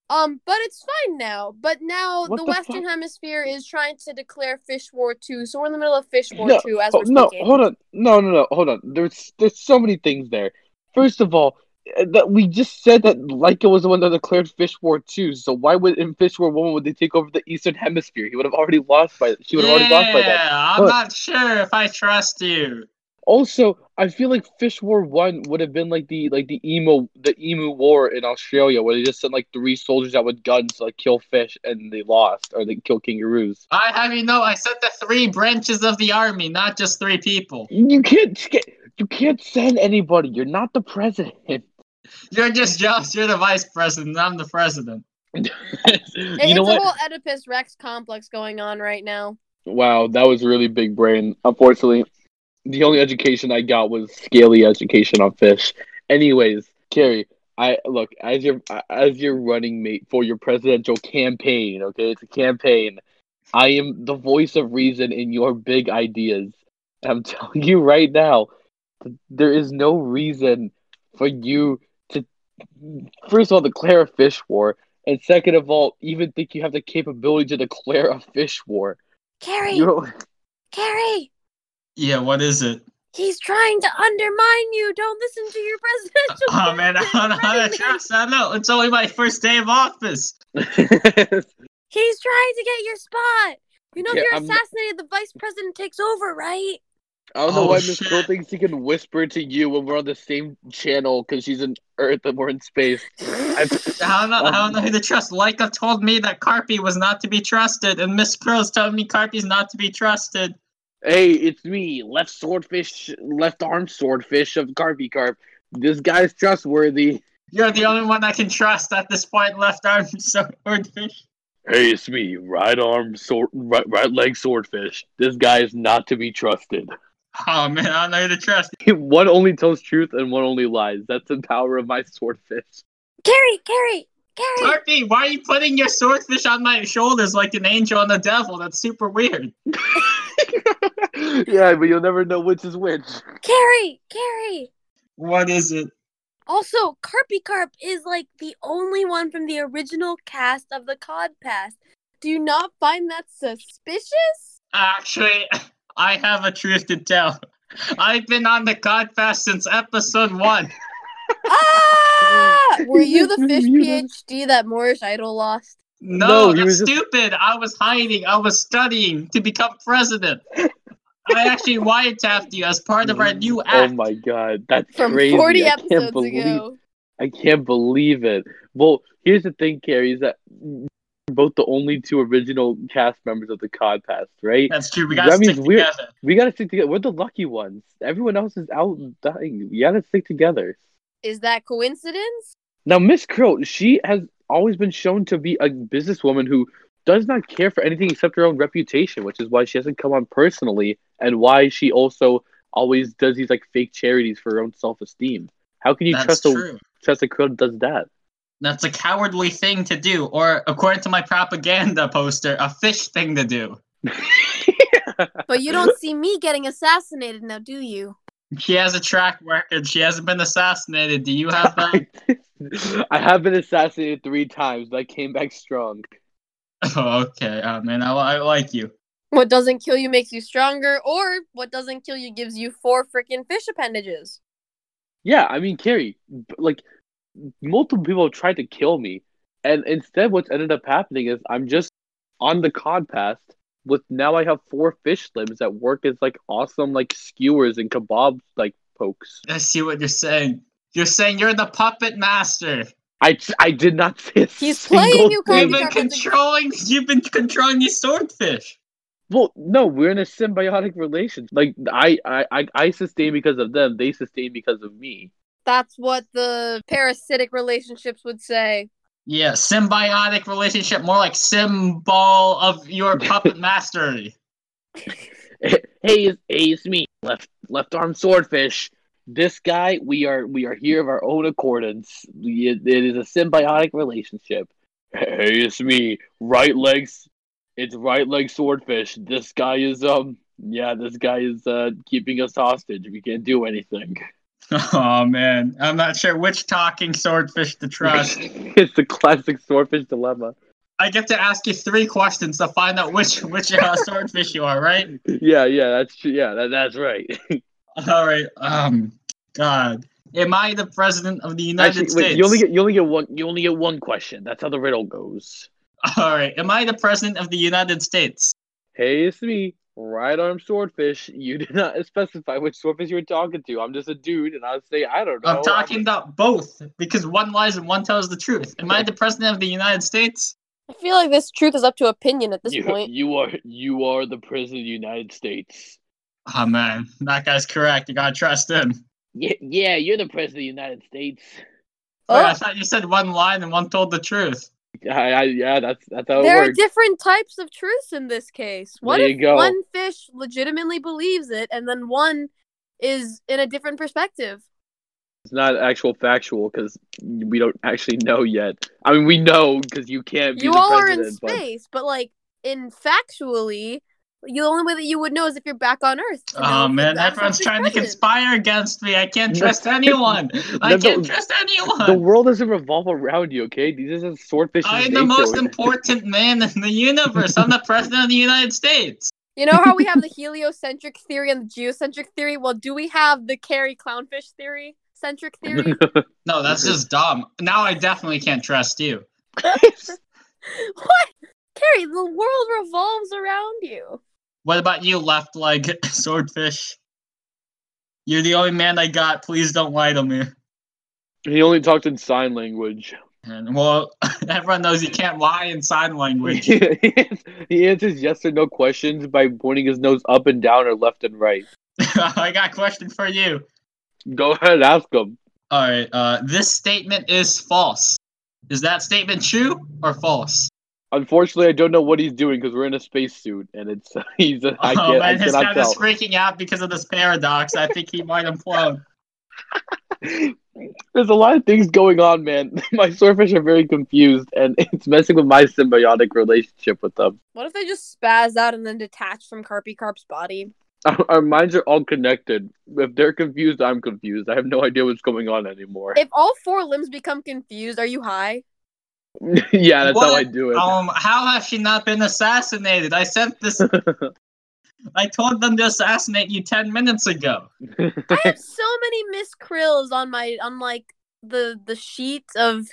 Speaker 3: Um, but it's fine now. But now
Speaker 7: What
Speaker 3: the,
Speaker 7: the
Speaker 3: Western Hemisphere is trying to declare Fish War Two, so we're in the middle of Fish War
Speaker 7: No,
Speaker 3: Two as
Speaker 7: Oh,
Speaker 3: we're
Speaker 7: no,
Speaker 3: speaking.
Speaker 7: hold on. No, no, no, hold on. There's there's so many things there. First of all, uh, that we just said that Leica was the one that declared Fish War Two. So why would in Fish War One would they take over the Eastern Hemisphere? He would have already lost by. She would have already lost by then.
Speaker 1: Yeah, I'm
Speaker 7: Hold
Speaker 1: not sure if I trust you.
Speaker 7: Also, I feel like Fish War One would have been like the like the emo the emu war in Australia, where they just sent like three soldiers out with guns to like kill fish, and they lost, or they kill kangaroos.
Speaker 1: I have you know, I sent the three branches of the army, not just three people.
Speaker 7: You can't sca- you can't send anybody. You're not the president.
Speaker 1: You're just jealous. You're the vice president. I'm the president.
Speaker 3: It-
Speaker 7: you
Speaker 3: it's
Speaker 7: know
Speaker 3: a
Speaker 7: what?
Speaker 3: whole Oedipus Rex complex going on right now.
Speaker 7: Wow, that was really big brain. Unfortunately, the only education I got was scaly education on fish. Anyways, Carrie, I look as your as your running mate for your presidential campaign. Okay, it's a campaign. I am the voice of reason in your big ideas. And I'm telling you right now, th- there is no reason for you to first of all declare a fish war, and second of all, even think you have the capability to declare a fish war.
Speaker 3: Carrie,
Speaker 7: You don't-
Speaker 3: Carrie,
Speaker 1: Yeah, what is it?
Speaker 3: he's trying to undermine you. Don't listen to your presidential.
Speaker 1: Oh man, I don't know how to
Speaker 3: running mate.
Speaker 1: trust. I know it's only my first day of office.
Speaker 3: He's trying to get your spot. You know,
Speaker 7: Yeah,
Speaker 3: if you're
Speaker 7: I'm-
Speaker 3: assassinated, the vice president takes over, right?
Speaker 7: I don't know
Speaker 1: Oh,
Speaker 7: why Miss
Speaker 1: shit.
Speaker 7: Quill thinks he can whisper to you when we're on the same channel because she's in Earth and we're in space. I,
Speaker 1: I don't know. I
Speaker 7: Um,
Speaker 1: don't know who to trust. Leica told me that Carpi was not to be trusted, and Miss Krill's telling me Carpi's not to be trusted.
Speaker 7: hey, it's me, left swordfish, left arm swordfish of Garvey Carp. This guy's trustworthy.
Speaker 1: You're the only one I can trust at this point. Left arm swordfish.
Speaker 7: Hey, it's me, right arm sword, right, right leg swordfish. This guy is not to be trusted.
Speaker 1: Oh man, I don't know who to trust.
Speaker 7: one only tells truth and one only lies. That's the power of my swordfish.
Speaker 3: Carrie, Carrie, Carrie.
Speaker 1: Carpi, why are you putting your swordfish on my shoulders like an angel and a devil? That's super weird.
Speaker 7: yeah, but you'll never know which is which.
Speaker 3: Carrie, Carrie.
Speaker 1: What is it?
Speaker 3: Also, Carpy Carp is like the only one from the original cast of the Cod Pass. Do you not find that suspicious?
Speaker 1: Actually, I have a truth to tell. I've been on the Godfast since episode one.
Speaker 3: Ah! Were you the
Speaker 7: He's
Speaker 3: fish
Speaker 7: muted.
Speaker 3: PhD that Moorish Idol lost?
Speaker 1: No,
Speaker 7: No, he
Speaker 1: that's
Speaker 7: was just-
Speaker 1: stupid. I was hiding. I was studying to become president. I actually wiretapped you as part of our new
Speaker 7: Oh
Speaker 1: act.
Speaker 7: my god, that's
Speaker 3: From
Speaker 7: crazy!
Speaker 3: 40
Speaker 7: I
Speaker 3: episodes
Speaker 7: can't believe
Speaker 3: ago.
Speaker 7: I can't believe it. Well, here's the thing, Carrie, is that you're both the only two original cast members of the podcast, right?
Speaker 1: That's true. We gotta
Speaker 7: That means
Speaker 1: stick
Speaker 7: we're-
Speaker 1: together.
Speaker 7: We gotta stick together. We're the lucky ones. Everyone else is out dying. We gotta stick together.
Speaker 3: Is that coincidence?
Speaker 7: Now, Miss Krill, she has always been shown to be a businesswoman who does not care for anything except her own reputation, which is why she hasn't come on personally, and why she also always does these like fake charities for her own self-esteem. How can you
Speaker 1: That's
Speaker 7: trust a
Speaker 1: true.
Speaker 7: trust a Krill that does that?
Speaker 1: That's a cowardly thing to do, or according to my propaganda poster, a fish thing to do.
Speaker 3: But you don't see me getting assassinated now, do you?
Speaker 1: She has a track record. She hasn't been assassinated. Do you have that?
Speaker 7: I have been assassinated three times, but I came back strong.
Speaker 1: oh, okay. Oh man, I, I like you.
Speaker 3: What doesn't kill you makes you stronger, or what doesn't kill you gives you four freaking fish appendages.
Speaker 7: Yeah, I mean, Carrie, b- like, multiple people have tried to kill me, and instead, what's ended up happening is I'm just on the cod path with now I have four fish limbs that work as like awesome like skewers and kebab like pokes.
Speaker 1: I see what you're saying. You're saying you're the puppet master.
Speaker 7: I I did not say a
Speaker 3: He's
Speaker 7: single
Speaker 3: playing you,
Speaker 7: thing.
Speaker 1: You've
Speaker 3: Carrie.
Speaker 1: been controlling. You've been controlling these swordfish.
Speaker 7: Well, no, we're in a symbiotic relation. Like I, I, I, I sustain because of them. They sustain because of me.
Speaker 3: That's what the parasitic relationships would say.
Speaker 1: Yeah, symbiotic relationship, more like symbol of your puppet mastery.
Speaker 7: hey, it's, hey, it's me, left left arm swordfish. This guy, we are we are here of our own accordance. We- It, it is a symbiotic relationship. Hey, it's me, right legs. It's right leg swordfish. This guy is um, yeah, this guy is uh keeping us hostage. We can't do anything.
Speaker 1: Oh man, I'm not sure which talking swordfish to trust.
Speaker 7: it's the classic swordfish dilemma.
Speaker 1: I get to ask you three questions to find out which which uh, swordfish you are, right?
Speaker 7: Yeah, yeah, that's true. Yeah, that, that's right.
Speaker 1: All right. Um. God, am I the president of the United
Speaker 7: Actually,
Speaker 1: States?
Speaker 7: wait, you only get you only get one you only get one question. That's how the riddle goes.
Speaker 1: All right. Am I the president of the United States?
Speaker 7: Hey, it's me, right arm swordfish. You did not specify which swordfish you were talking to. I'm just a dude, and I'll say I don't know.
Speaker 1: I'm talking about both because one lies and one tells the truth. Am I the president of the United States?
Speaker 3: I feel like this truth is up to opinion at this
Speaker 7: you,
Speaker 3: point.
Speaker 7: you are you are the president of the United States.
Speaker 1: Oh man, that guy's correct. You gotta trust him.
Speaker 7: Yeah, yeah, you're the president of the United States.
Speaker 1: Wait, I
Speaker 3: Oh,
Speaker 1: thought you said one lied and one told the truth.
Speaker 7: I, I, yeah, that's that's how
Speaker 3: there
Speaker 7: it
Speaker 3: are
Speaker 7: works.
Speaker 3: different types of truths in this case. What
Speaker 7: There
Speaker 3: if
Speaker 7: you go.
Speaker 3: one fish legitimately believes it, and then one is in a different perspective?
Speaker 7: It's not actual factual because we don't actually know yet. I mean, we know because you can't be
Speaker 3: you
Speaker 7: the
Speaker 3: all are
Speaker 7: president.
Speaker 3: in
Speaker 7: but-
Speaker 3: space, but like in factually, you, the only way that you would know is if you're back on Earth. to know
Speaker 1: Oh
Speaker 3: if the
Speaker 1: man,
Speaker 3: actual
Speaker 1: everyone's
Speaker 3: fish
Speaker 1: trying to
Speaker 3: president.
Speaker 1: conspire against me. I can't
Speaker 7: No.
Speaker 1: trust anyone. I
Speaker 7: No, the-
Speaker 1: can't trust
Speaker 7: The
Speaker 1: anyone.
Speaker 7: world doesn't revolve around you, okay? These are just swordfish.
Speaker 1: I am the most important man in the universe. I'm the president of the United States.
Speaker 3: You know how we have the heliocentric theory and the geocentric theory? Well, do we have the Carrie clownfish theory? Centric theory?
Speaker 1: No, that's just dumb. Now I definitely can't trust you.
Speaker 3: what? Carrie, the world revolves around you.
Speaker 1: What about you, left leg swordfish? You're the only man I got. Please don't lie to me.
Speaker 7: he only talked in sign language.
Speaker 1: And well, everyone knows you can't lie in sign language.
Speaker 7: he answers yes or no questions by pointing his nose up and down or left and right.
Speaker 1: I got a question for you.
Speaker 7: Go ahead, ask him.
Speaker 1: All right. Uh, this statement is false. Is that statement true or false?
Speaker 7: Unfortunately, I don't know what he's doing because we're in a spacesuit and it's he's a, I
Speaker 1: oh
Speaker 7: can't I
Speaker 1: man, his
Speaker 7: cannot
Speaker 1: head
Speaker 7: tell.
Speaker 1: is freaking out because of this paradox. I think he might implode.
Speaker 7: There's a lot of things going on, man. My swordfish are very confused and it's messing with my symbiotic relationship with them.
Speaker 3: What if they just spaz out and then detach from Carpy Carp's body?
Speaker 7: Our, our minds are all connected. If they're confused, I'm confused. I have no idea what's going on anymore.
Speaker 3: If all four limbs become confused, are you high?
Speaker 7: yeah, that's how I
Speaker 1: What?
Speaker 7: do it.
Speaker 1: Um, how has she not been assassinated? I sent this. I told them to assassinate you ten minutes ago.
Speaker 3: I have so many Miss Krills on my on like the the sheet of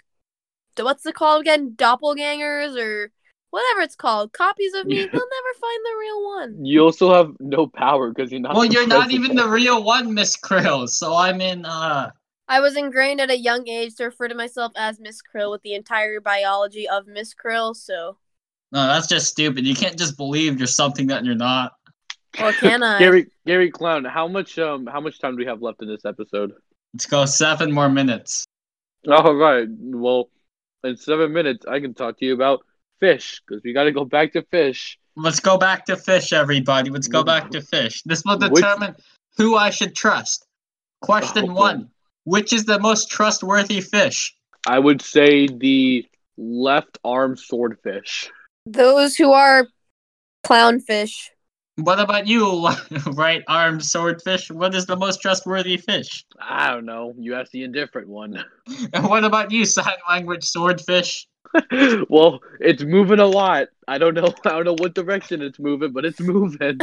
Speaker 3: what's it called again? Doppelgangers or whatever it's called. Copies of me. They'll
Speaker 7: Yeah.
Speaker 3: never find the real one.
Speaker 7: you also have no power because you're not.
Speaker 1: Well,
Speaker 7: the
Speaker 1: you're not even the
Speaker 7: president.
Speaker 1: real one, Miss Krill. So I mean, uh,
Speaker 3: I was ingrained at a young age to refer to myself as Miss Krill with the entire biology of Miss Krill, so
Speaker 1: no, that's just stupid. You can't just believe you're something that you're not.
Speaker 3: or can I?
Speaker 7: Gary Gary Clown. How much um how much time do we have left in this episode?
Speaker 1: Let's go seven more minutes.
Speaker 7: All right. Well, in seven minutes, I can talk to you about fish because we got to go back to fish.
Speaker 1: Let's go back to fish, everybody. Let's go back to fish. This will
Speaker 7: Which-
Speaker 1: determine who I should trust. Question
Speaker 7: Oh,
Speaker 1: one: Which is the most trustworthy fish?
Speaker 7: I would say the left arm swordfish.
Speaker 3: Those who are clownfish.
Speaker 1: What about you, right arm swordfish? What is the most trustworthy fish?
Speaker 7: I don't know. You asked the indifferent one.
Speaker 1: And what about you, sign language swordfish?
Speaker 7: well, it's moving a lot. I don't know. I don't know what direction it's moving, but it's moving.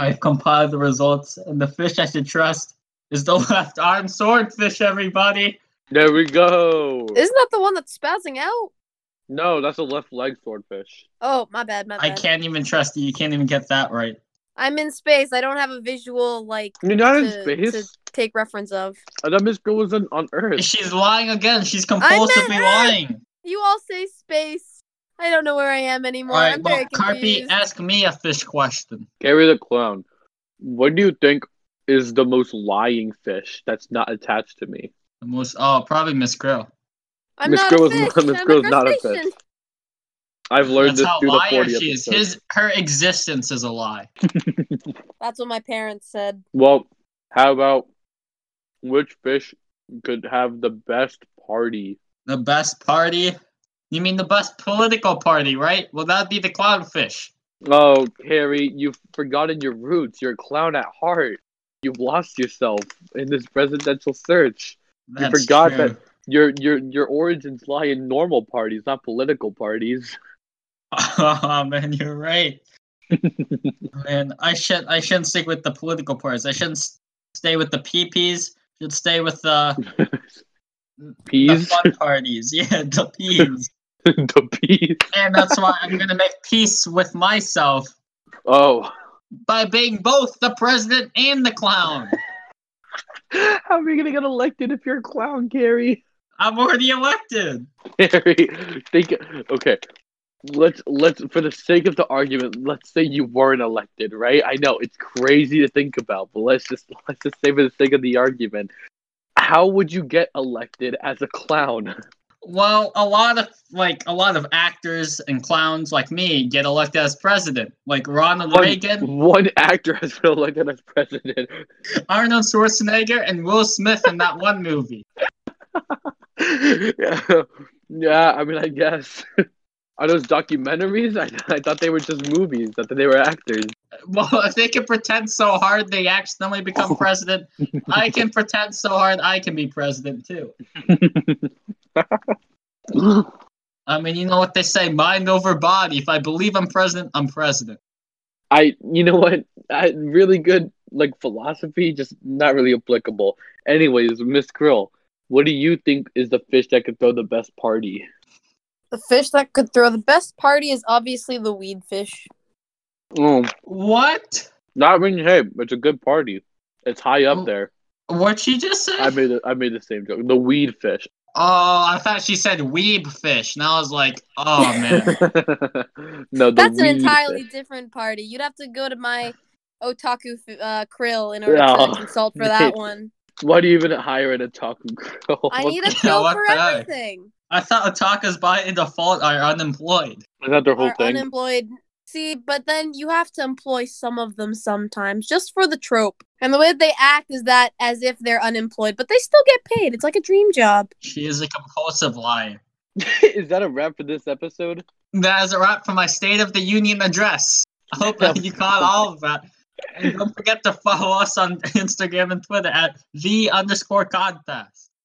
Speaker 1: I've compiled the results, and the fish I should trust is the left arm swordfish, everybody.
Speaker 7: There we go.
Speaker 3: Isn't that the one that's spazzing out?
Speaker 7: No, that's a left leg swordfish.
Speaker 3: Oh, my bad, my bad.
Speaker 1: I can't even trust you. You can't even get that right.
Speaker 3: I'm in space. I don't have a visual like
Speaker 7: You're not in
Speaker 3: to- to
Speaker 7: space.
Speaker 3: take reference of.
Speaker 7: I thought Miss Girl was on, on Earth.
Speaker 1: She's lying again. She's compulsively
Speaker 3: Earth!
Speaker 1: lying.
Speaker 3: You all say space. I don't know where I am anymore.
Speaker 1: All right,
Speaker 3: I'm
Speaker 1: well,
Speaker 3: very
Speaker 1: Carpi,
Speaker 3: confused.
Speaker 1: ask me a fish question.
Speaker 7: Carry the clown. What do you think is the most lying fish that's not attached to me?
Speaker 1: The most, oh, probably Miss Grill.
Speaker 3: I'm
Speaker 7: Miss
Speaker 3: not
Speaker 7: Girl
Speaker 3: a
Speaker 7: is
Speaker 3: fish.
Speaker 7: not- Miss
Speaker 3: I'm
Speaker 7: Girl is
Speaker 3: a
Speaker 7: not a fish.
Speaker 3: crustacean.
Speaker 7: I've learned
Speaker 1: That's
Speaker 7: this
Speaker 1: how
Speaker 7: through the
Speaker 1: liar
Speaker 7: 40
Speaker 1: she is.
Speaker 7: episode.
Speaker 1: His, her existence is a lie.
Speaker 3: That's what my parents said.
Speaker 7: Well, how about which fish could have the best party?
Speaker 1: The best party? You mean the best political party, right? Well, that'd be the clownfish.
Speaker 7: Oh, Harry, you've forgotten your roots. You're a clown at heart. You've lost yourself in this presidential search.
Speaker 1: That's
Speaker 7: forgot
Speaker 1: true.
Speaker 7: that- Your your your origins lie in normal parties, not political parties.
Speaker 1: Oh man, you're right. man, I should I shouldn't stick with the political parties. I shouldn't s- stay with the PPs. Should stay with the, the
Speaker 7: Peas,
Speaker 1: fun parties. Yeah, the peas.
Speaker 7: the peas.
Speaker 1: and that's why I'm gonna make peace with myself
Speaker 7: Oh,
Speaker 1: by being both the president and the clown.
Speaker 7: how are you gonna get elected if you're a clown, Gary?
Speaker 1: I'm already elected.
Speaker 7: Harry, think. Okay, let's let's for the sake of the argument, let's say you weren't elected, right? I know it's crazy to think about, but let's just let's just say for the sake of the argument, how would you get elected as a clown?
Speaker 1: Well, a lot of like a lot of actors and clowns like me get elected as president, like Ronald
Speaker 7: One-
Speaker 1: Reagan.
Speaker 7: One actor has been elected as president.
Speaker 1: Arnold Schwarzenegger and Will Smith in that one movie.
Speaker 7: yeah. yeah, I mean, I guess. Are those documentaries? I, I thought they were just movies, that they were actors.
Speaker 1: Well, if they can pretend so hard they accidentally become president, I can pretend so hard I can be president too. I mean, you know what they say, mind over body. If I believe I'm president, I'm president.
Speaker 7: I, you know what? I, really good, like, philosophy, just not really applicable. Anyways, Miss Krill, what do you think is the fish that could throw the best party?
Speaker 3: The fish that could throw the best party is obviously the weed fish.
Speaker 7: Mm,
Speaker 1: What?
Speaker 7: not ring hey, it's a good party. It's high up
Speaker 3: Oh.
Speaker 1: Mm.
Speaker 7: there.
Speaker 1: What she just said?
Speaker 7: I made the, I made the same joke. The weed fish.
Speaker 1: oh, I thought she said weeb fish, and I was like, oh man.
Speaker 7: no, the
Speaker 3: That's an
Speaker 7: weed
Speaker 3: entirely
Speaker 7: fish.
Speaker 3: different party. You'd have to go to my otaku f- uh, krill in order
Speaker 7: Oh,
Speaker 3: to consult for
Speaker 7: man.
Speaker 3: that one.
Speaker 7: Why do you even hire an otaku girl?
Speaker 3: I need a
Speaker 1: Yeah,
Speaker 3: krill
Speaker 1: what
Speaker 3: for
Speaker 1: the heck?
Speaker 3: everything.
Speaker 1: I thought otakas by default are unemployed.
Speaker 7: Is that their whole
Speaker 3: Are
Speaker 7: thing?
Speaker 3: unemployed. See, but then you have to employ some of them sometimes, just for the trope. And the way that they act is that as if they're unemployed, but they still get paid. It's like a dream job.
Speaker 1: She is a compulsive liar.
Speaker 7: Is that a wrap for this episode?
Speaker 1: That is a wrap for my State of the Union address. I hope that you caught all of that. And don't forget to follow us on Instagram and Twitter at the underscore contest.